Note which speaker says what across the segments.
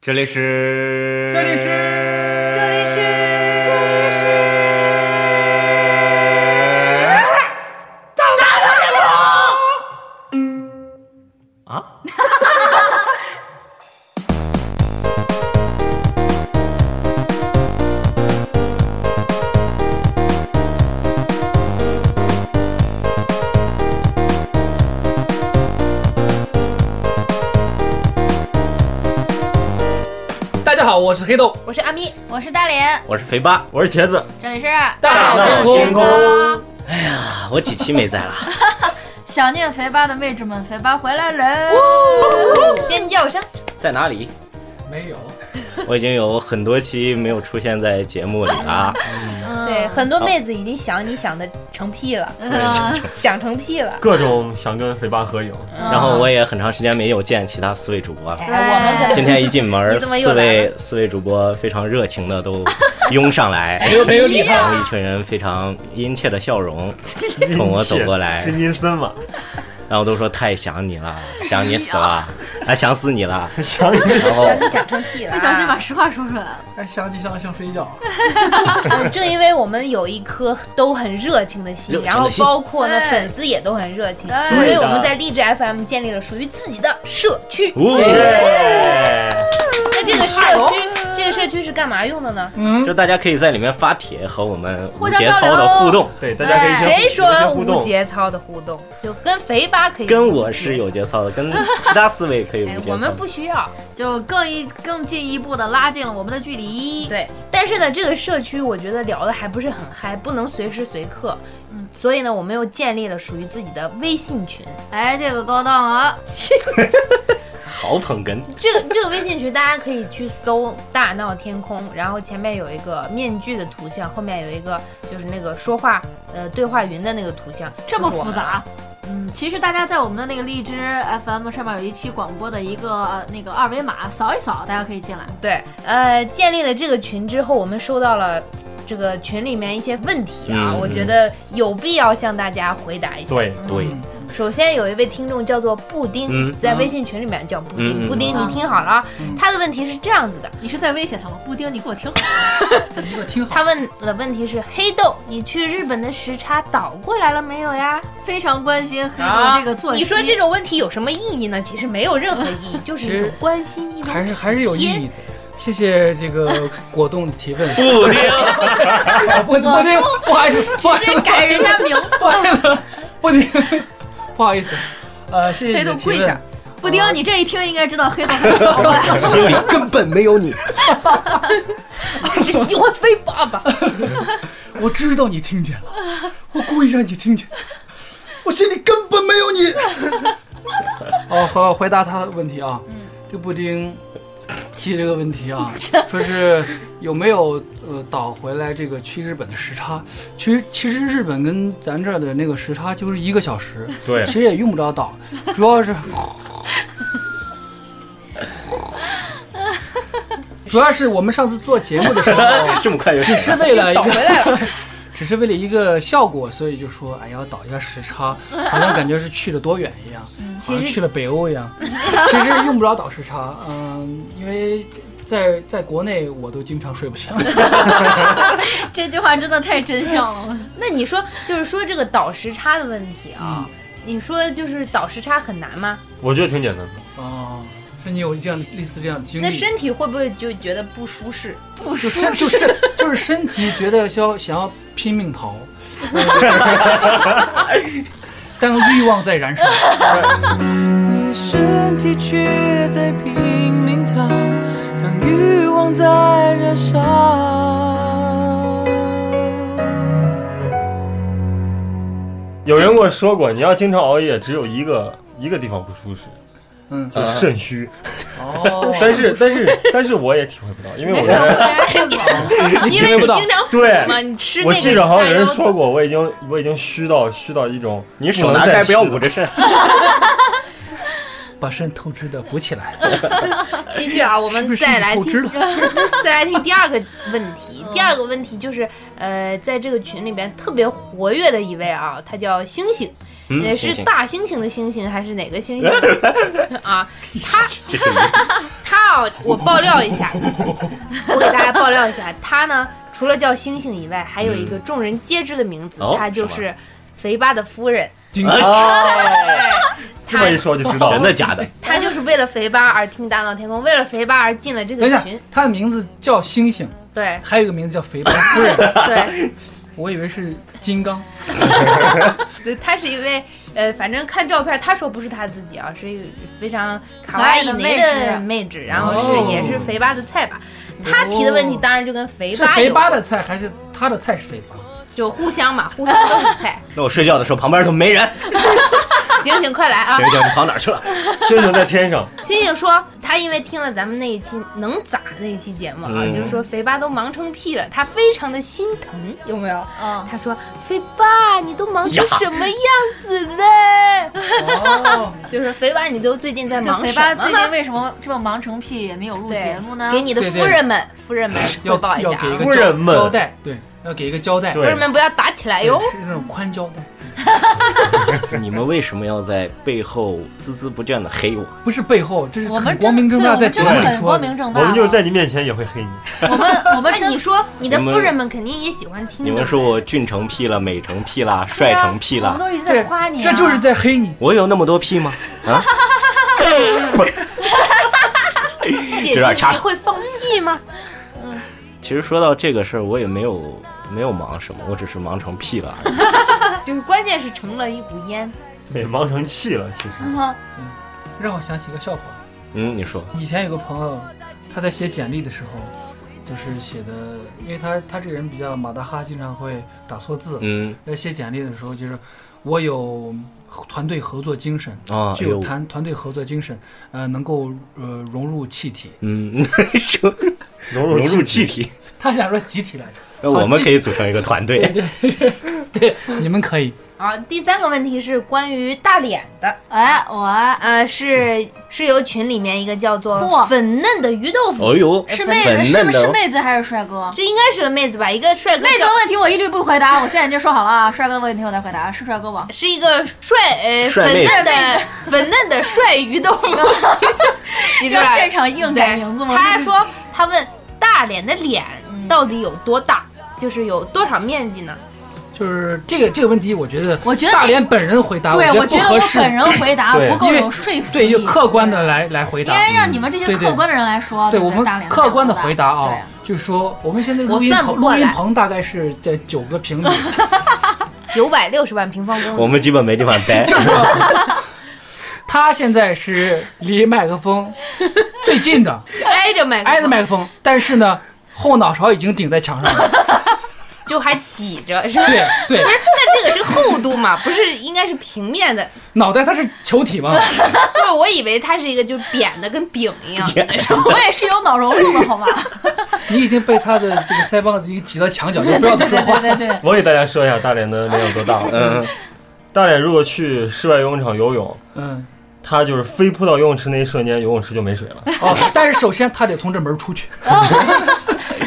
Speaker 1: 这里是，
Speaker 2: 这里是
Speaker 3: 这里是这里是
Speaker 1: 啊，
Speaker 2: 大家好，我是黑豆。
Speaker 3: 我是阿咪，我是大脸，
Speaker 4: 我是肥八，我是茄子，
Speaker 3: 这里是
Speaker 2: 大闹天宫
Speaker 4: 啊，我几期没在了，
Speaker 3: 想念肥八的妹纸们，肥八回来了！尖叫声，
Speaker 4: 在哪里？
Speaker 2: 没有，
Speaker 4: 我已经有很多期没有出现在节目里了 啊，
Speaker 5: 对，很多妹子已经想你想的成屁了，
Speaker 3: 嗯
Speaker 5: 想成屁了。
Speaker 6: 各种想跟肥八合影，
Speaker 5: 嗯
Speaker 4: 然后我也很长时间没有见其他四位主播了。
Speaker 5: 哎
Speaker 3: 对，我
Speaker 4: 今天一进门，
Speaker 5: 你怎么又
Speaker 4: 四
Speaker 5: 来
Speaker 4: 位四位主播非常热情的都拥上来，
Speaker 2: 没有没有理
Speaker 4: 然
Speaker 2: 他。
Speaker 4: 后一群人非常殷切的笑容冲我走过来
Speaker 6: 是，阴森嘛？
Speaker 4: 然后都说太想你 了，想你死了，哎想死你了。
Speaker 6: 想你
Speaker 4: 然 后
Speaker 5: 你想成屁了、啊！
Speaker 3: 不小心把实话说出来了。
Speaker 2: 哎，想你想的想睡觉。
Speaker 5: 嗯正因为我们有一颗都很热情的心
Speaker 4: 热，情的
Speaker 5: 然后包括呢
Speaker 3: 心
Speaker 5: 粉丝也都很热情，
Speaker 3: 对
Speaker 5: 所以我们在荔枝 FM 建立了属于自己的社区。
Speaker 4: 呜，
Speaker 3: 哎
Speaker 5: 那这个社区，这个社区是干嘛用的呢？
Speaker 4: 就大家可以在里面发帖和我们
Speaker 3: 互
Speaker 4: 无
Speaker 3: 相
Speaker 4: 节
Speaker 3: 交
Speaker 4: 操的
Speaker 3: 流
Speaker 4: 互动，
Speaker 6: 对大家可以先
Speaker 5: 谁
Speaker 6: 有一些
Speaker 5: 说
Speaker 6: 互
Speaker 5: 无
Speaker 6: 动，
Speaker 5: 节操的互动？就跟肥八可以，
Speaker 4: 跟我是有节操的，跟其他四位可以无
Speaker 5: 哎
Speaker 4: 节，操。
Speaker 5: 我们不需要。
Speaker 3: 就更一更进一步的拉近了我们的距离。
Speaker 5: 对，但是呢，这个社区我觉得聊的还不是很嗨，不能随时随刻。嗯，所以呢，我们又建立了属于自己的微信群。
Speaker 3: 哎，这个高档了，
Speaker 4: 好捧哏，
Speaker 5: 这个这个微信群大家可以去搜“大闹天空”，然后前面有一个面具的图像，后面有一个就是那个说话呃对话云的那个图像。
Speaker 3: 这么
Speaker 5: 就是我
Speaker 3: 复
Speaker 5: 们
Speaker 3: 杂？。嗯，其实大家在我们的那个荔枝 FM 上面有一期广播的一个呃那个二维码，扫一扫，大家可以进来。
Speaker 5: 对，呃，建立了这个群之后，我们收到了这个群里面一些问题啊，
Speaker 4: 嗯
Speaker 5: 我觉得有必要向大家回答一下。
Speaker 6: 对，
Speaker 4: 对，
Speaker 2: 嗯
Speaker 5: 首先有一位听众叫做布丁，
Speaker 4: 嗯
Speaker 5: 在微信群里面叫布丁。
Speaker 4: 嗯嗯
Speaker 5: 布丁，
Speaker 3: 嗯
Speaker 5: 你听好了啊，他的问题是这样子的，
Speaker 3: 你是在威胁他吗？布丁，你给我听好。
Speaker 2: 你给我 听好，
Speaker 5: 他问的问题是：黑豆，你去日本的时差倒过来了没有呀？
Speaker 3: 非常关心黑豆这个作息。
Speaker 5: 你说这种问题有什么意义呢？其实没有任何意义，就是一种关心，一种
Speaker 2: 还是还是有意义的。谢谢这 个果冻的提问。啊
Speaker 4: 不听，
Speaker 2: 不不 丁，不好意思，不好意思，
Speaker 3: 改人家 名字，
Speaker 2: 不好意思，不丁， 不好意思。呃，谢谢你的提
Speaker 5: 黑豆跪下
Speaker 2: 问。
Speaker 3: 布丁，你这一听应该知道黑豆很好了。
Speaker 4: 心里
Speaker 7: 根本没有你。
Speaker 5: 只是喜欢飞 爸爸。
Speaker 2: 我知道你听见了，我故意让你听见。
Speaker 7: 我心里根本没有你。
Speaker 2: 哦，好，回答他的问题啊。这布丁提这个问题啊，说是有没有呃倒回来这个去日本的时差？其实其实日本跟咱这儿的那个时差就是一个小时，
Speaker 6: 对
Speaker 2: 谁也用不着倒，主要是。主要是我们上次做节目的时候，
Speaker 4: 这么快就
Speaker 2: 只是为了一
Speaker 5: 倒
Speaker 2: 个
Speaker 5: 回来了，
Speaker 2: 只是为了一个效果，所以就说哎要倒一下时差，好像感觉是去了多远一样，
Speaker 5: 嗯
Speaker 2: 好像去了北欧一样。其实用不着倒时差，嗯，因为在在国内我都经常睡不醒。
Speaker 3: 这句话真的太真相 了。
Speaker 5: 那你说，就是说这个倒时差的问题
Speaker 2: 嗯
Speaker 5: 啊，你说就是倒时差很难吗？
Speaker 6: 我觉得挺简单的。
Speaker 2: 哦，是你有这样的类似这样的经历？
Speaker 5: 那身体会不会就觉得不舒适？
Speaker 2: 就身就是就是身体觉得需要想要拼命逃，但欲望在燃烧。
Speaker 8: 你身体却在拼命逃，当欲望在燃烧。
Speaker 6: 有人跟我说过，你要经常熬夜，只有一个一个地方不舒适，
Speaker 2: 嗯，
Speaker 6: 就是肾虚。
Speaker 2: 哦，
Speaker 6: 但是但是但是我也体会不到，因为我觉得
Speaker 5: 因
Speaker 2: 体
Speaker 5: 为
Speaker 2: 会
Speaker 5: 你
Speaker 2: 不到
Speaker 5: 经常
Speaker 6: 对
Speaker 5: 补嘛，你吃那个
Speaker 6: 我记着好像有人
Speaker 5: 大腰子
Speaker 6: 说过，我已经我已经虚到虚到一种
Speaker 4: 你手拿开，不要捂着 肾。
Speaker 2: 把肾透支的补起来。
Speaker 5: 继续嗯啊，我
Speaker 2: 是不
Speaker 5: 们
Speaker 2: 是
Speaker 5: 再来
Speaker 2: 透支
Speaker 5: 听
Speaker 2: 了， 嗯
Speaker 5: 再来听第二个问题。第二个问题就是，呃，在这个群里边特别活跃的一位啊，他叫星星，
Speaker 4: 嗯
Speaker 5: 也
Speaker 4: 星
Speaker 5: 是
Speaker 4: 星
Speaker 5: 大猩猩的猩猩还是哪个猩猩 啊？他
Speaker 4: 这是
Speaker 5: 他啊，我爆料一下，我给大家爆料一下，他呢除了叫星星以外，还有一
Speaker 2: 嗯
Speaker 5: 个众人皆知的名字，
Speaker 4: 哦
Speaker 5: 他就
Speaker 4: 什
Speaker 5: 是肥八的夫人。
Speaker 2: 金
Speaker 6: 啊，这
Speaker 5: 他
Speaker 6: 么一说就知道
Speaker 4: 真
Speaker 6: 了
Speaker 4: 的。假的？
Speaker 5: 他就是为了肥八而听《大闹天宫》，为了肥八而进了这
Speaker 2: 等
Speaker 5: 个
Speaker 2: 一下
Speaker 5: 群。，
Speaker 2: 他的名字叫星星，
Speaker 5: 对
Speaker 2: 还有一个名字叫肥八夫人，
Speaker 5: 对
Speaker 2: 我以为是金刚。
Speaker 5: 对，他是一位呃，反正看照片，他说不是他自己啊，是一个非常卡
Speaker 3: 可
Speaker 5: 哇
Speaker 3: 爱
Speaker 5: 伊
Speaker 3: 的
Speaker 5: 内
Speaker 3: 妹
Speaker 5: 的
Speaker 3: 纸
Speaker 5: 妹纸，然后是也是肥八的菜吧。他提的问题当然就跟肥
Speaker 2: 是
Speaker 5: 八
Speaker 2: 肥
Speaker 5: 有
Speaker 2: 八的菜还是他的菜是肥八？
Speaker 5: 就互相嘛，互相都是菜。
Speaker 4: 那我睡觉的时候旁边怎么没 人？
Speaker 5: 醒醒，快来啊！
Speaker 4: 醒醒，你跑哪儿去了？
Speaker 6: 星星在天上，
Speaker 5: 星星说，他因为听了咱们那一期能咋那一期节目啊，
Speaker 4: 嗯
Speaker 5: 就是说肥八都忙成屁了，他非常的心疼，有没有？
Speaker 3: 嗯，
Speaker 5: 他说：“肥八，你都忙成
Speaker 4: 呀
Speaker 5: 什么样子呢？
Speaker 2: 哦，
Speaker 5: 就是肥八，你都最近在
Speaker 3: 就
Speaker 5: 忙
Speaker 3: 肥
Speaker 5: 什么
Speaker 3: 八
Speaker 5: 呢？
Speaker 3: 最近为什么这么忙成屁，也没有录
Speaker 5: 对
Speaker 3: 节目呢？
Speaker 5: 给你的
Speaker 2: 对对
Speaker 5: 夫人们，夫人们汇
Speaker 2: 要
Speaker 5: 报一
Speaker 2: 要
Speaker 5: 下
Speaker 2: 给一
Speaker 5: 啊，
Speaker 2: 个
Speaker 6: 夫人
Speaker 2: 交
Speaker 6: 们
Speaker 2: 交代，对，要给一个交代。
Speaker 5: 夫
Speaker 6: 对
Speaker 5: 人们不要打起来哟。
Speaker 2: 是那种宽胶带，
Speaker 4: 你们为什么要在背后孜孜不倦的黑我？
Speaker 2: 不是背后，这是
Speaker 3: 我
Speaker 2: 很
Speaker 3: 们
Speaker 2: 光
Speaker 3: 真
Speaker 2: 明正大在
Speaker 3: 对，我们
Speaker 2: 节
Speaker 3: 真
Speaker 2: 目
Speaker 3: 的
Speaker 2: 里
Speaker 3: 很
Speaker 2: 说
Speaker 3: 光
Speaker 2: 的。
Speaker 3: 明正大
Speaker 6: 我
Speaker 3: 了。
Speaker 6: 们就是在你面前也会黑你。
Speaker 3: 我们我们
Speaker 5: 哎，
Speaker 3: 真
Speaker 5: 你说你的
Speaker 4: 你们
Speaker 5: 夫人们肯定也喜欢听
Speaker 4: 你
Speaker 5: 的
Speaker 4: 们说我俊成屁了，美成屁啦，
Speaker 3: 嗯对
Speaker 4: 帅
Speaker 3: 呀
Speaker 4: 成屁
Speaker 3: 我们
Speaker 4: 啦，
Speaker 3: 都一直在
Speaker 2: 对
Speaker 3: 夸，你啊，
Speaker 2: 这就是在黑你。
Speaker 4: 我有那么多屁 吗？啊，
Speaker 5: 姐
Speaker 4: 有点
Speaker 5: 姐
Speaker 4: 差
Speaker 5: 你会放屁吗？
Speaker 4: 其实说到这个事儿，我也没有没有忙什么，我只是忙成屁了而已。
Speaker 5: 就是关键是成了一股烟。
Speaker 6: 对，忙成气了，其实
Speaker 2: 让我想起一个笑话，
Speaker 4: 嗯，你说，
Speaker 2: 以前有个朋友，他在写简历的时候，就是写的，因为他他这个人比较马大哈，经常会打错字。
Speaker 4: 嗯
Speaker 2: 在呃写简历的时候，就是我有团队合作精神，
Speaker 4: 啊，
Speaker 2: 具
Speaker 4: 哎
Speaker 2: 有
Speaker 4: 呦，
Speaker 2: 团团队合作精神，呃，能够呃融入气体。
Speaker 4: 嗯，说
Speaker 6: 融
Speaker 4: 融
Speaker 6: 入
Speaker 4: 入气体，
Speaker 2: 他想说集体来着，
Speaker 4: 那我们可以组成一个团队。
Speaker 2: 对，你们可以。
Speaker 5: 啊，第三个问题是关于大脸的，
Speaker 3: 哎，我
Speaker 5: 呃，是是由群里面一个叫做
Speaker 3: 嚯
Speaker 5: 粉嫩的鱼豆腐，
Speaker 4: 哦呦，
Speaker 3: 是妹子，
Speaker 4: 粉
Speaker 3: 是
Speaker 4: 嫩
Speaker 3: 不
Speaker 4: 的
Speaker 3: 是
Speaker 4: 哦
Speaker 3: 妹子还是帅哥？
Speaker 5: 这应该是个妹子吧，一个帅哥
Speaker 3: 妹子
Speaker 5: 叫
Speaker 3: 的问题我一律不回答，我现在已经说好了啊，帅哥的问题我再回答，是帅哥吧？
Speaker 5: 是一个帅呃
Speaker 4: 帅
Speaker 5: 粉
Speaker 4: 妹
Speaker 5: 嫩 的粉嫩的帅鱼豆腐， 你知道
Speaker 3: 就
Speaker 5: 吧
Speaker 3: 现场硬改名字吗？嗯
Speaker 5: 对他说他问大脸的脸到底有多大，就是有多少面积呢？
Speaker 2: 就是这个这个问题，我觉得
Speaker 3: 我觉得
Speaker 2: 大连本人回答，
Speaker 3: 对，我
Speaker 2: 觉得
Speaker 3: 觉得
Speaker 2: 不
Speaker 3: 我
Speaker 2: 合适，
Speaker 3: 本人回答
Speaker 6: 对
Speaker 3: 不够
Speaker 2: 因为
Speaker 3: 有说服
Speaker 2: 对，
Speaker 3: 力，
Speaker 2: 就客观的来来回
Speaker 3: 应
Speaker 2: 答。
Speaker 3: 该让你们这些
Speaker 2: 对对
Speaker 3: 客观的人来说，
Speaker 2: 对
Speaker 3: 不
Speaker 2: 我们
Speaker 3: 大脸
Speaker 2: 客观的
Speaker 3: 大脸
Speaker 2: 回答啊
Speaker 3: 对，
Speaker 2: 就是说我们现在录
Speaker 5: 我
Speaker 2: 音
Speaker 5: 算
Speaker 2: 棚
Speaker 5: 不过
Speaker 2: 录
Speaker 5: 来
Speaker 2: 音棚大概是在九个平 米，
Speaker 5: 九百六十万平方公
Speaker 4: 我
Speaker 5: 里。
Speaker 4: 们基本没地方 待。
Speaker 2: 就是他现在是离麦克风最近的，
Speaker 5: 挨着麦克风，
Speaker 2: 挨着麦克风，但是呢，后脑勺已经顶在墙上了。
Speaker 5: 就还挤着，是吧？
Speaker 2: 对对，
Speaker 5: 那这个是厚度嘛？不是应该是平面的？
Speaker 2: 脑袋它是球体嘛，
Speaker 5: 就是我以为它是一个就是扁的，跟饼一样。
Speaker 3: 我也是有脑容量的好 吗？
Speaker 2: 你已经被他的这个腮帮子已经挤到墙角，就不要再
Speaker 3: 对
Speaker 2: 说
Speaker 3: 对
Speaker 2: 话。
Speaker 3: 对对，
Speaker 6: 我给大家说一下大脸的脸有多 大。
Speaker 4: 嗯，
Speaker 6: 大脸如果去室外游泳场游泳，
Speaker 2: 嗯，
Speaker 6: 他就是飞扑到游泳池那一瞬间，游泳池就没水 了。
Speaker 2: 哦，但是首先他得从这门出去。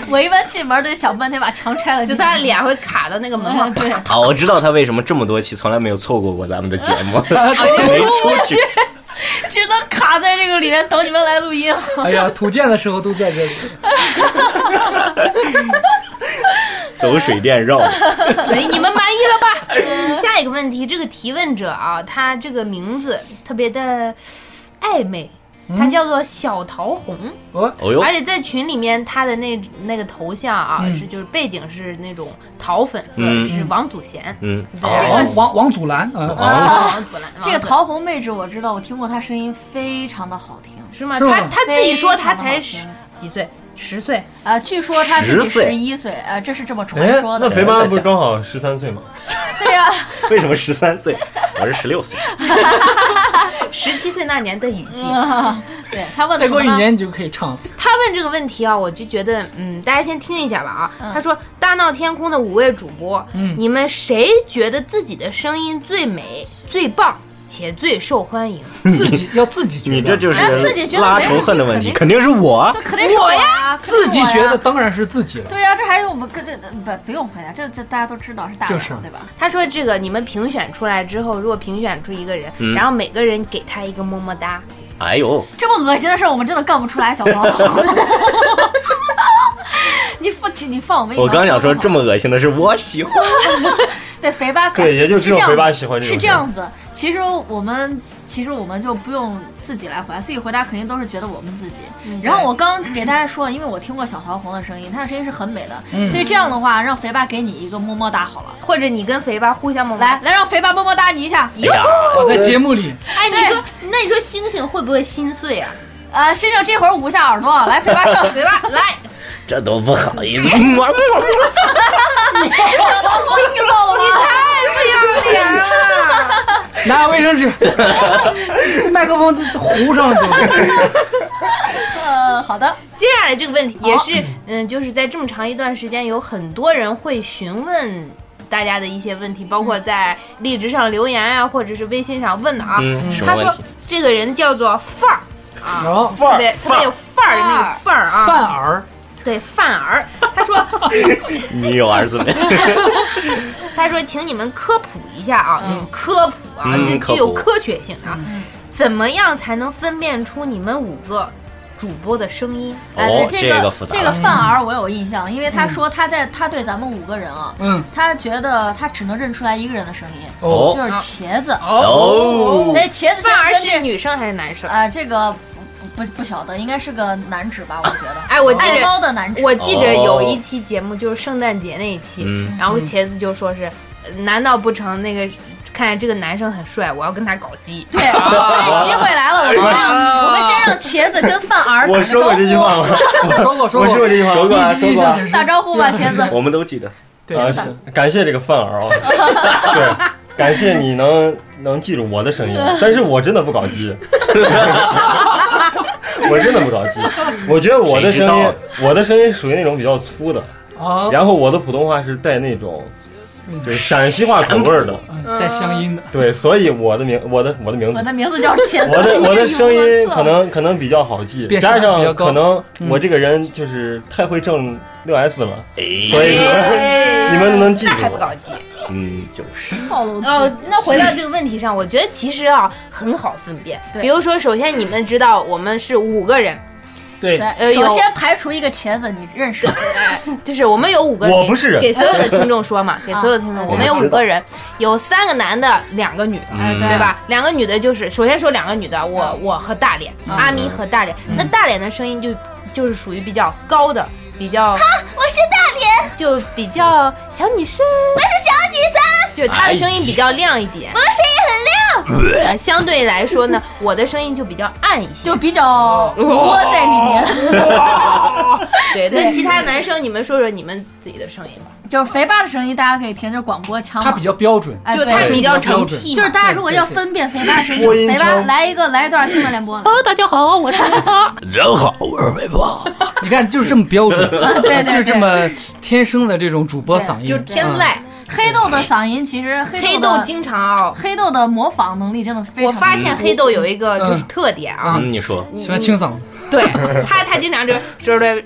Speaker 3: 我一般进门都想半天把墙 拆了，
Speaker 5: 就他的脸会卡到那个门
Speaker 3: 嗯
Speaker 5: 框，
Speaker 3: 对，
Speaker 4: 好，我知道他为什么这么多期从来没有错过过咱们的节 目，
Speaker 3: 哎
Speaker 2: 他
Speaker 4: 没出去。
Speaker 3: 只能卡在这个里面等你们来录音。
Speaker 2: 哎呀，土建的时候都在这里。
Speaker 4: 走水电绕，哎
Speaker 5: 所以你们满意了
Speaker 3: 嗯
Speaker 5: 吧？下一个问题，这个提问者啊，他这个名字特别的暧昧，
Speaker 3: 嗯
Speaker 5: 他叫做小桃红，
Speaker 2: 哦，
Speaker 4: 哦呦
Speaker 3: 哎
Speaker 5: 而，且在群里面他的那那个头像啊，
Speaker 2: 嗯
Speaker 5: 是就是背景是那种桃粉色，
Speaker 4: 嗯
Speaker 5: 是王祖贤。
Speaker 4: 嗯，
Speaker 5: 这
Speaker 2: 王王王祖蓝啊，
Speaker 4: 哦，
Speaker 5: 王祖蓝，
Speaker 3: 这个
Speaker 5: 王祖
Speaker 3: 桃红妹纸我知道，我听过她声音非常的好听。
Speaker 5: 是吗？
Speaker 2: 是吗
Speaker 5: 他他自己说他才
Speaker 3: 非常好
Speaker 5: 十几岁，十岁，
Speaker 3: 啊，据说她自己
Speaker 4: 10岁
Speaker 3: 十一岁，啊，这是这么
Speaker 6: 哎
Speaker 3: 传，说
Speaker 6: 那
Speaker 3: 的。
Speaker 6: 肥妈不是刚好十三岁吗？
Speaker 3: 对 呀，
Speaker 4: 为什么十三岁？我是十六 岁。
Speaker 5: 十七岁那年的语气。
Speaker 3: 嗯对她问
Speaker 2: 再
Speaker 3: 的什么
Speaker 2: 过一
Speaker 3: 呢？
Speaker 2: 年你就可以唱。
Speaker 5: 他问这个问题啊，我就觉得，嗯，大家先听一下吧啊。
Speaker 3: 嗯
Speaker 5: 他说，《大闹天宫》的五位主播，
Speaker 2: 嗯
Speaker 5: 你们谁觉得自己的声音最美、最棒？且最受欢迎。
Speaker 2: 自己要自己觉得，
Speaker 4: 你这就是
Speaker 3: 哎自己觉得
Speaker 4: 拉
Speaker 3: 没
Speaker 4: 仇
Speaker 3: 问
Speaker 4: 恨
Speaker 3: 题
Speaker 4: 的问题，
Speaker 3: 肯
Speaker 4: 肯定是我啊
Speaker 3: 这。肯定是我呀，肯定
Speaker 2: 自
Speaker 3: 是
Speaker 2: 己
Speaker 3: 我
Speaker 2: 觉
Speaker 3: 呀
Speaker 2: 得当然是自己了。
Speaker 3: 对呀、这还用我们跟这这不不用回答，这这大家都知道是大人
Speaker 2: 就是
Speaker 3: 对吧？
Speaker 5: 他说这个你们评选出来之后，如果评选出一个人，
Speaker 4: 嗯
Speaker 5: 然后每个人给他一个么么哒，
Speaker 4: 哎呦，
Speaker 3: 这么恶心的事儿，我们真的干不出来，小黄。 你放，请你放我们一条
Speaker 4: 我刚想说这
Speaker 3: 么
Speaker 4: 么恶心的是我喜欢。
Speaker 3: 对肥八可
Speaker 6: 对，也就是只有
Speaker 3: 这样
Speaker 6: 回爸喜欢这种。
Speaker 3: 是这。样子。其实我们其实我们就不用自己来回答，自己回答肯定都是觉得我们自己。然后我刚给大家说，因为我听过小桃红的声音，她的声音是很美的，所以这样的话，让肥八给你一个么么哒好了。
Speaker 5: 或者你跟肥八互相么么
Speaker 3: 来
Speaker 5: 哒。
Speaker 3: 来，让肥八么么哒你一下。
Speaker 4: 哎呀，
Speaker 2: 我在节目里，
Speaker 5: 哎，你说那你说星星会不会心碎啊？
Speaker 3: 呃，星星这会儿捂一下耳朵，来肥八 上。
Speaker 5: 肥八来，
Speaker 4: 这都不好意思。嗯哇哇哇
Speaker 3: 小桃红听到了吗？
Speaker 5: 不要脸了！
Speaker 2: 拿卫生纸，麦克风这糊上了都。
Speaker 3: 呃，好
Speaker 6: 哦
Speaker 3: 的。
Speaker 5: 接下来这个问题也是，嗯，就是在这么长一段时间，有很多人会询问大家的一些问题，包括在荔枝上留言啊，或者是微信上问的啊。
Speaker 4: 嗯，什么
Speaker 5: 他
Speaker 4: 问
Speaker 5: 说
Speaker 4: 题？
Speaker 5: 这个人叫做范儿，
Speaker 2: 然后
Speaker 6: 范儿
Speaker 5: 对，他们有范儿的那个范儿啊，
Speaker 2: 范儿，
Speaker 5: 对范儿。他说，
Speaker 4: 你有儿子没？
Speaker 5: 他说，请你们科普一下啊，你们科普啊，
Speaker 4: 嗯
Speaker 5: 这
Speaker 4: 科
Speaker 5: 具有
Speaker 4: 普
Speaker 5: 科学性啊，怎么样才能分辨出你们五个主播的声音？
Speaker 3: 哎，对
Speaker 4: 哦，
Speaker 3: 这
Speaker 4: 个
Speaker 3: 个
Speaker 4: 复杂
Speaker 3: 这
Speaker 4: 了。
Speaker 3: 个范儿我有印象，因为他说他在他对咱们五个人啊，
Speaker 2: 嗯，
Speaker 3: 他觉得他只能认出来一个人的声音，
Speaker 2: 哦，
Speaker 3: 就是茄子。
Speaker 4: 哦，
Speaker 3: 对，茄子
Speaker 5: 范儿
Speaker 3: 先跟
Speaker 5: 是
Speaker 3: 这
Speaker 5: 女生还是男生？
Speaker 3: 呃，这个不不不晓得，应该是个男指吧，我觉得。
Speaker 5: 哎我记着
Speaker 3: 爱猫的男指，
Speaker 5: 我记着有一期节目就是圣诞节那一期，
Speaker 4: 哦嗯
Speaker 5: 然后茄子就说是，呃难道不成那个看这个男生很帅，我要跟他搞基？
Speaker 3: 对，所以机会来了，我们先让
Speaker 5: 啊
Speaker 3: 我们先让茄子跟范儿打
Speaker 6: 我
Speaker 3: 个
Speaker 6: 说过这句
Speaker 3: 招
Speaker 6: 话
Speaker 3: 呼，
Speaker 6: 吗？
Speaker 2: 我 说过说
Speaker 6: 我说
Speaker 2: 过
Speaker 6: 过这啊句话吗，
Speaker 2: 印象印象很
Speaker 3: 打
Speaker 2: 深。
Speaker 3: 招呼吧，茄子。
Speaker 4: 我们都记得。
Speaker 2: 对，
Speaker 6: 啊，
Speaker 2: 是
Speaker 6: 感谢这个范 儿啊，对，感谢你能能记住我的声音，啊 但是我真的不搞 基，我真的不搞基，我觉得我的
Speaker 4: 谁
Speaker 6: 声音，我的声音属于那种比较粗的，
Speaker 2: 啊，
Speaker 6: 然后我的普通话是带那种就是陕西话口味儿的，
Speaker 2: 嗯带乡音的，
Speaker 6: 对，所以我的名，我的我的名
Speaker 3: 我
Speaker 6: 字。
Speaker 3: 的名字叫茄子，
Speaker 6: 我的
Speaker 3: 你这
Speaker 6: 我的
Speaker 3: 语无
Speaker 6: 声
Speaker 3: 伦
Speaker 6: 音
Speaker 3: 次
Speaker 6: 可能可能比较好记，
Speaker 2: 辨识度
Speaker 6: 加
Speaker 2: 比较
Speaker 6: 上
Speaker 2: 高
Speaker 6: 可能
Speaker 2: 嗯
Speaker 6: 我这个人就是太会挣六 S 了，所
Speaker 4: 哎，
Speaker 6: 以你们 你们能记
Speaker 5: 那
Speaker 6: 住
Speaker 5: 还不
Speaker 6: 我。
Speaker 5: 搞基？
Speaker 4: 嗯，就是
Speaker 3: 暴露自
Speaker 5: 哦
Speaker 3: 己，
Speaker 5: 那回到这个问题上，我觉得其实啊很好分辨。
Speaker 3: 对
Speaker 5: 比如说，首先你们知道我们是五个人，
Speaker 2: 对
Speaker 5: 呃
Speaker 3: 对，
Speaker 5: 有
Speaker 3: 首先排除一个茄子，你认识 吗？
Speaker 5: 哎，就是我们有五个人，
Speaker 6: 我不是人
Speaker 5: 给所有的听众说 嘛，给所有的听众，啊我们有五个人，有三个男的，两个女的，
Speaker 4: 哎对
Speaker 5: 对嗯吧？两个女的就是，首先说两个女的，我我和大脸，阿咪和大脸，那大脸的声音就就是属于比较高的，比较
Speaker 3: 我是大脸，
Speaker 5: 就比较小女生，
Speaker 3: 我是小女生，
Speaker 5: 就是她的声音比较亮一点
Speaker 3: 我，的声音很亮。
Speaker 5: 呃相对来说 呢，我的声音就比较暗一些
Speaker 3: 就。比较窝在
Speaker 5: 哦
Speaker 3: 里面。
Speaker 5: 对，那其他男生你们说说你们自己的声音吧，
Speaker 3: 就是肥八的声音，大家可以听，就是广播腔嘛。
Speaker 2: 他比较标准，
Speaker 3: 哎
Speaker 5: 就
Speaker 3: 对
Speaker 5: 他比较
Speaker 2: 标
Speaker 5: 成
Speaker 2: 准
Speaker 5: 屁嘛，
Speaker 3: 就是大家如果要 分辨肥八的声音，就是肥八来一个来一段新闻联播了。
Speaker 4: 人好，我是肥胖。
Speaker 2: 你看就是这么标准，
Speaker 3: 对对
Speaker 2: 就是这么天生的这种主播嗓音，
Speaker 5: 就是天籁。
Speaker 3: 黑豆的嗓音其实
Speaker 5: 黑
Speaker 3: 黑
Speaker 5: 豆
Speaker 3: 的
Speaker 5: 经常哦，
Speaker 3: 黑豆的模仿能力真的非
Speaker 5: 我
Speaker 3: 常。
Speaker 5: 发现黑豆有一个就是特点啊，
Speaker 4: 嗯，你说
Speaker 2: 嗯喜欢清嗓子，
Speaker 5: 对他他经常就是就是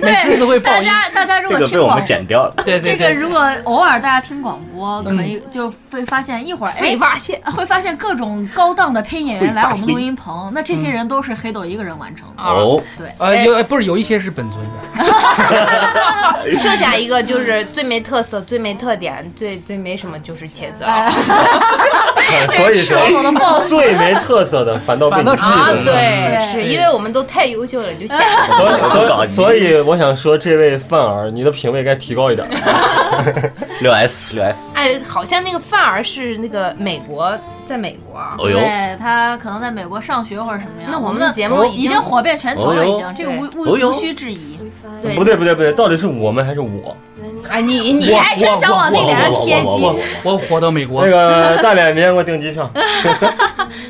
Speaker 2: 每次都会爆
Speaker 3: 大
Speaker 2: 音。
Speaker 3: 家大家如
Speaker 4: 这
Speaker 3: 果
Speaker 4: 个
Speaker 3: 听
Speaker 4: 被我
Speaker 3: 广
Speaker 4: 们剪掉了。
Speaker 2: 对对
Speaker 3: 这
Speaker 2: 对
Speaker 3: 个，如果偶尔大家听广播，可以
Speaker 5: 嗯
Speaker 3: 就会发现一会儿哎
Speaker 5: 没发现。
Speaker 3: 会发现各种高档的配音演员来我们录音棚，那这些人都是黑豆一个人完成的。
Speaker 4: 嗯哦，
Speaker 3: 对，
Speaker 2: 呃，有不是有一些是本尊的，
Speaker 5: 剩下一个就是最没特色、最没特点、最最没什么就是茄子啊
Speaker 3: 哎，
Speaker 6: 哎所以说
Speaker 3: 我的报
Speaker 6: 最没特色的反倒被
Speaker 2: 反
Speaker 6: 你
Speaker 2: 倒
Speaker 6: 记
Speaker 2: 是
Speaker 5: 啊，
Speaker 6: 得了。
Speaker 5: 对，是因为我们都太优秀了，就下一个。
Speaker 6: 所以所
Speaker 4: 搞
Speaker 6: 以
Speaker 4: 基
Speaker 6: 所以我想说，这位范儿，你的品味该提高一点。
Speaker 4: 六 S 六 S。
Speaker 5: 哎，好像那个范儿是那个美国，在美国啊，
Speaker 4: 哦呦，
Speaker 3: 对他可能在美国上学或者什么样。
Speaker 5: 那我
Speaker 3: 我
Speaker 5: 们
Speaker 3: 们
Speaker 5: 的节目已
Speaker 3: 已
Speaker 5: 经
Speaker 3: 经火遍全球了，
Speaker 4: 哦哟
Speaker 3: 已经这个无无
Speaker 4: 哦哟
Speaker 3: 无需质疑。
Speaker 5: 对
Speaker 6: 不对不对不对，到底是我们还是我？
Speaker 5: 啊，你你
Speaker 2: 我
Speaker 5: 还
Speaker 3: 哎真想往那脸上贴
Speaker 4: 我
Speaker 3: 金。
Speaker 2: 我我活到美国
Speaker 6: 那，个大脸，明天给我订机票。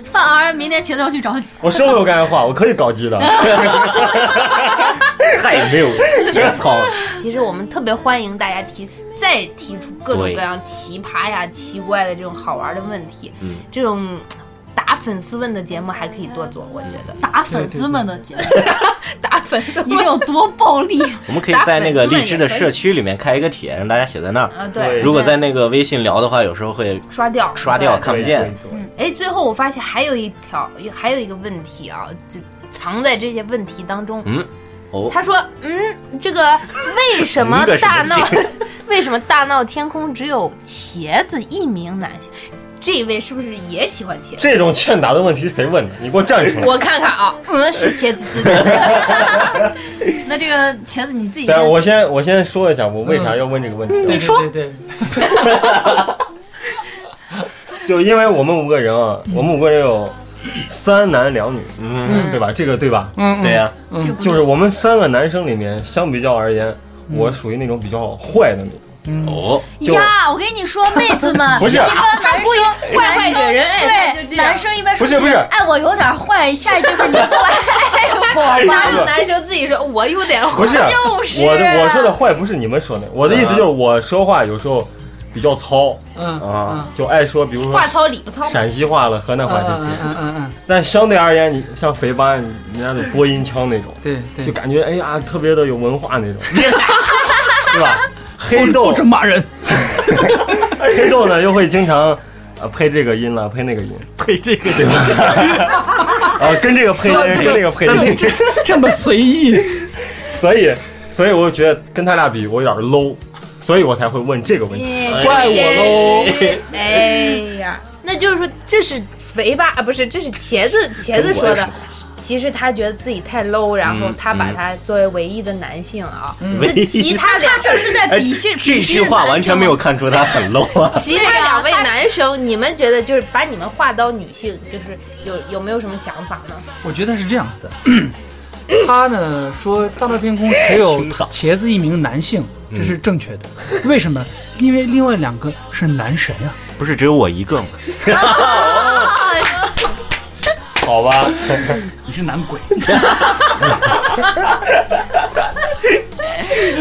Speaker 3: 范儿明天茄子要去找你，
Speaker 6: 我收回我刚才话，我可以搞基的。
Speaker 4: 太 没有节操了。
Speaker 5: 其实我们特别欢迎大家提再提出各种各
Speaker 4: 对
Speaker 5: 样奇葩呀、奇怪的这种好玩的问题，
Speaker 4: 嗯
Speaker 5: 这种打粉丝问的节目还可以多做，我觉得
Speaker 3: 打粉丝们的节目，
Speaker 5: 打粉丝
Speaker 3: 你是有多暴力？啊
Speaker 4: 我们可以在那个荔枝的社区里面开一个帖，让大家写在那儿。
Speaker 5: 啊，对，
Speaker 4: 如果在那个微信聊的话，有时候会
Speaker 5: 刷掉
Speaker 4: 刷掉
Speaker 5: 对
Speaker 4: 看不见。
Speaker 5: 哎，最后我发现还有一条，有还有一个问题啊，就藏在这些问题当中。
Speaker 4: 嗯，哦，
Speaker 5: 他说：“嗯，这个为什么
Speaker 4: 同个什么
Speaker 5: 大闹
Speaker 4: 劲？
Speaker 5: 为什么大闹天空只有茄子一名男性？这位是不是也喜欢茄子？
Speaker 6: 这种欠打的问题谁问的？你给我站出来！
Speaker 5: 我看看啊，嗯，是茄子 自己。
Speaker 3: 那这个茄子你自己
Speaker 6: 对，啊
Speaker 3: 先
Speaker 6: 我先我先说一下，我为啥要问这个问题？
Speaker 2: 嗯
Speaker 6: 啊
Speaker 2: 对对对，
Speaker 6: 就因为我们五个人啊，我们五个人有三男两女，
Speaker 4: 嗯，
Speaker 6: 对吧？这个对吧？
Speaker 2: 嗯，
Speaker 4: 对啊呀，
Speaker 6: 就是我们三个男生里面，相比较而言，
Speaker 2: 嗯
Speaker 6: 我属于那种比较坏的那种。
Speaker 4: 哦，
Speaker 6: 就
Speaker 3: 呀，我跟你说，妹子们
Speaker 6: 不是
Speaker 3: 一般男
Speaker 5: 故意
Speaker 3: 生
Speaker 5: 坏坏惹人哎
Speaker 3: 男生
Speaker 5: 他就这
Speaker 3: 对，
Speaker 5: 样
Speaker 3: 男生一般说
Speaker 6: 不是不是
Speaker 3: 哎，我有点坏，下一句是你过 来爱
Speaker 6: 哎
Speaker 3: 我吧，
Speaker 5: 哪有男生自己说我有点
Speaker 6: 不是，
Speaker 3: 就是
Speaker 6: 我的我说的坏不是你们说的，我的意思就是我说话有时候比较糙，
Speaker 2: 嗯
Speaker 4: 啊
Speaker 6: 就爱说，比如说
Speaker 5: 话糙理不糙？
Speaker 6: 陕西话了、河南话这
Speaker 2: 嗯
Speaker 6: 些。
Speaker 2: 嗯嗯嗯，
Speaker 6: 但相对而言，你像肥八，你人家的播音腔那种，
Speaker 2: 对
Speaker 6: 就
Speaker 2: 对，
Speaker 6: 感觉哎呀特别的有文化 那种，对吧？黑
Speaker 2: 不
Speaker 6: 豆
Speaker 2: 准骂人，
Speaker 6: 黑豆呢又会经常呃配这个音了，配那个音，
Speaker 2: 配这个 对
Speaker 6: 啊跟这个 配音，跟那个配音，
Speaker 2: 这这么随意，
Speaker 6: 所以所以我就觉得跟他俩比我有点 low，所以我才会问这个问题。
Speaker 4: 嗯
Speaker 5: 哎
Speaker 2: 怪我喽。
Speaker 5: 哎呀，那就是说这是肥吧啊，不是，这是茄子茄子说的。其实他觉得自己太 low，然后他把他作为唯一的男性啊，那其他两
Speaker 3: 他这是在
Speaker 4: 哎
Speaker 3: 鄙视，
Speaker 4: 这句话完全没有看出他很 low 啊。
Speaker 5: 其他两位男生，你们觉得就是把你们划到女性，就是有有没有什么想法呢？
Speaker 2: 我觉得是这样子的。 他呢说《大闹天空》只 有茄子一名男性，这是正确的。为什么？因为另外两个是男神啊呀、
Speaker 4: 不是只有我一个吗？
Speaker 6: 好吧，
Speaker 2: 你是男 鬼。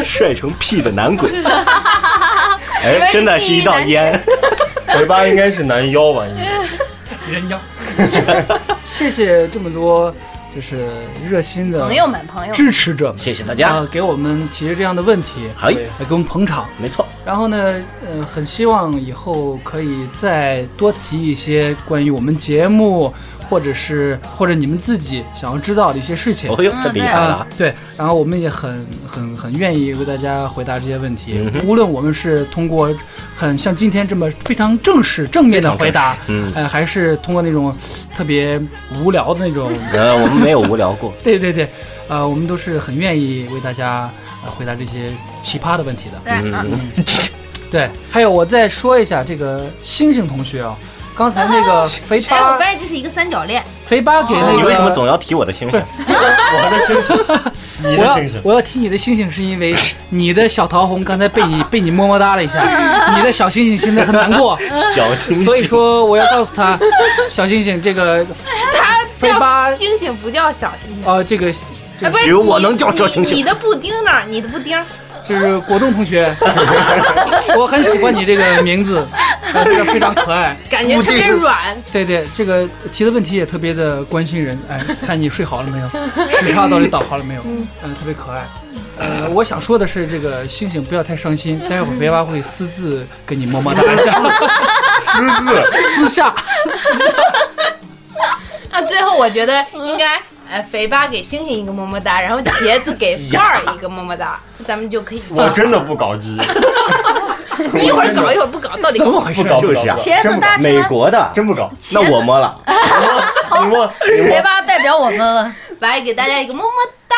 Speaker 4: 帅成屁的男鬼，哎，真的是一道烟。
Speaker 6: 肥八应该是男妖吧？应该。
Speaker 2: 人妖。 谢谢这么多就是热心的
Speaker 5: 朋友们，朋友们，
Speaker 2: 支持者们
Speaker 4: 谢谢大
Speaker 2: 啊、
Speaker 4: 家，
Speaker 2: 给我们提出这样的问题，
Speaker 4: 哎，
Speaker 2: 来给我们捧场。
Speaker 4: 没错，
Speaker 2: 然后呢，呃，很希望以后可以再多提一些关于我们节目，或者是或者你们自己想要知道的一些事情。
Speaker 4: 哦呦，这厉害了
Speaker 2: 啊
Speaker 4: 啊，，
Speaker 2: 对，然后我们也很很很愿意为大家回答这些问题，
Speaker 4: 嗯
Speaker 2: 无论我们是通过很像今天这么非常正式正面的回答，
Speaker 4: 嗯
Speaker 2: 呃，还是通过那种特别无聊的 那种，
Speaker 4: 呃，我们没有无聊过，
Speaker 2: 对对对，呃，我们都是很愿意为大家、呃回答这些奇葩的问题的。
Speaker 4: 嗯
Speaker 3: 对啊
Speaker 2: 对，还有我再说一下这个星星同学啊、刚才那
Speaker 4: 啊
Speaker 2: 个肥
Speaker 5: 哎，我
Speaker 2: 八
Speaker 5: 发现这是一个三角恋，
Speaker 2: 肥八给那个，
Speaker 4: 哦你为什么总要提我的星星？
Speaker 6: 我的星星，你
Speaker 2: 我
Speaker 6: 的
Speaker 2: 要
Speaker 6: 星星，
Speaker 2: 我要提你的星星，是因为你的小桃红刚才被你被你么么哒了一下，你的小星星现在很难过，
Speaker 4: 小星星，
Speaker 2: 所以说我要告诉他，小星星这个
Speaker 5: 他
Speaker 2: 肥八
Speaker 5: 叫星星不叫小星星，
Speaker 2: 呃这个
Speaker 5: 哎，不是
Speaker 4: 只有我
Speaker 5: 你
Speaker 4: 能叫小星星
Speaker 5: 你你的布丁那儿，你的布丁儿，
Speaker 2: 就是果冻 同学，我很喜欢你这个名字，呃这个非常可爱。
Speaker 5: 感觉特别软，
Speaker 2: 对对，这个提的问题也特别的关心人，哎，看你睡好了没有，时差到底倒好了没有，嗯、特别可爱。呃，我想说的是，这个星星不要太伤心，待会儿维娃会私自跟你么么哒一下，
Speaker 6: 私自
Speaker 2: 私下。
Speaker 5: 那最后我觉得应该，呃，肥八给星星一个么么哒，然后茄子给范儿一个么么哒，咱们就可以。
Speaker 6: 我真的不搞基，
Speaker 5: 一会儿搞一会儿不搞，到底
Speaker 2: 怎么回
Speaker 6: 不
Speaker 2: 事？
Speaker 6: 搞，
Speaker 4: 就是啊
Speaker 6: 不搞
Speaker 3: 茄子大家听
Speaker 4: 美
Speaker 3: 完，
Speaker 4: 国的，
Speaker 6: 真不搞。
Speaker 4: 那我摸了，
Speaker 6: 你摸，你摸
Speaker 3: 别吧，代表我们了。
Speaker 5: 来给大家一个么么哒。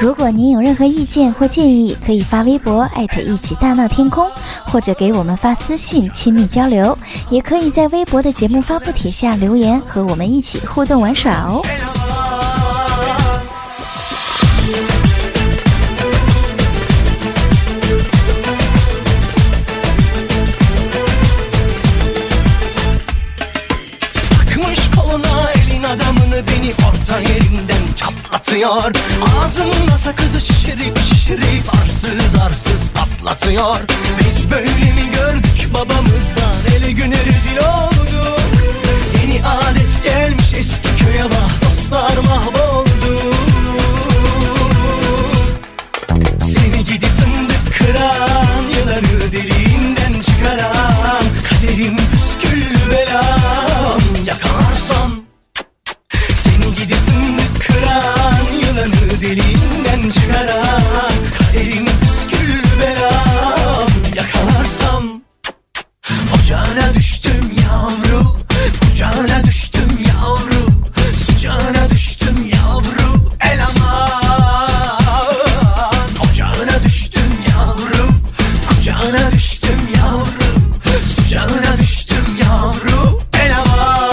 Speaker 9: 如果您有任何意见或建议，可以发微博艾特一起大闹天空，或者给我们发私信亲密交流，也可以在微博的节目发布帖下留言，和我们一起互动玩耍哦。
Speaker 8: Akmış koluna
Speaker 10: patlatıyor Ağzımda sakızı şişirip şişirip arsız arsız patlatıyor Biz böyle mi gördük babamızdan eli güne rezil olduk Yeni adet gelmiş eski köye bak dostlar mahvoldu Seni gidip fındık kıran Yılanı derinden çıkaran Kaderim püsküllü belam Yakarsam Seni gidip fındık kıran Yılanı derinden çıkaran Kaderim püsküllü belam Yakalarsam Ocağına düştüm yavru Kucağına düştüm yavru Sıcağına düştüm yavru El aman Ocağına düştüm yavru Kucağına düştüm yavru Sıcağına düştüm yavru El aman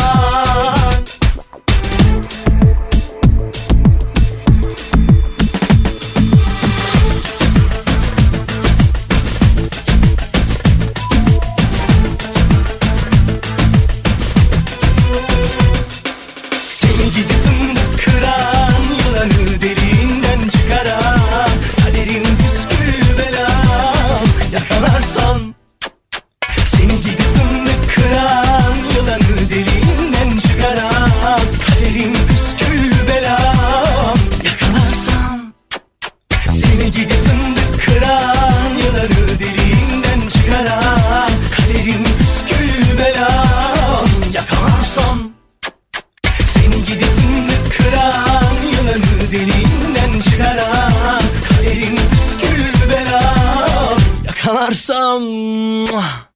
Speaker 10: Seni gidip ındık kıran Yılanı deliğinden çıkaran Kaderim püskül belam Yakalarsam Seni gidip ındık kıran Yılanı deliğinden çıkaran Kaderim püskül belam Yakalarsam Seni gidip ındık kıran Yılanı deliğinden çıkaran Kaderim püskül belam Yakalarsam seni gidip ınlık kıran Yılanı deliğinden çıkaran Kaderin püskül belam Yakalarsam muah!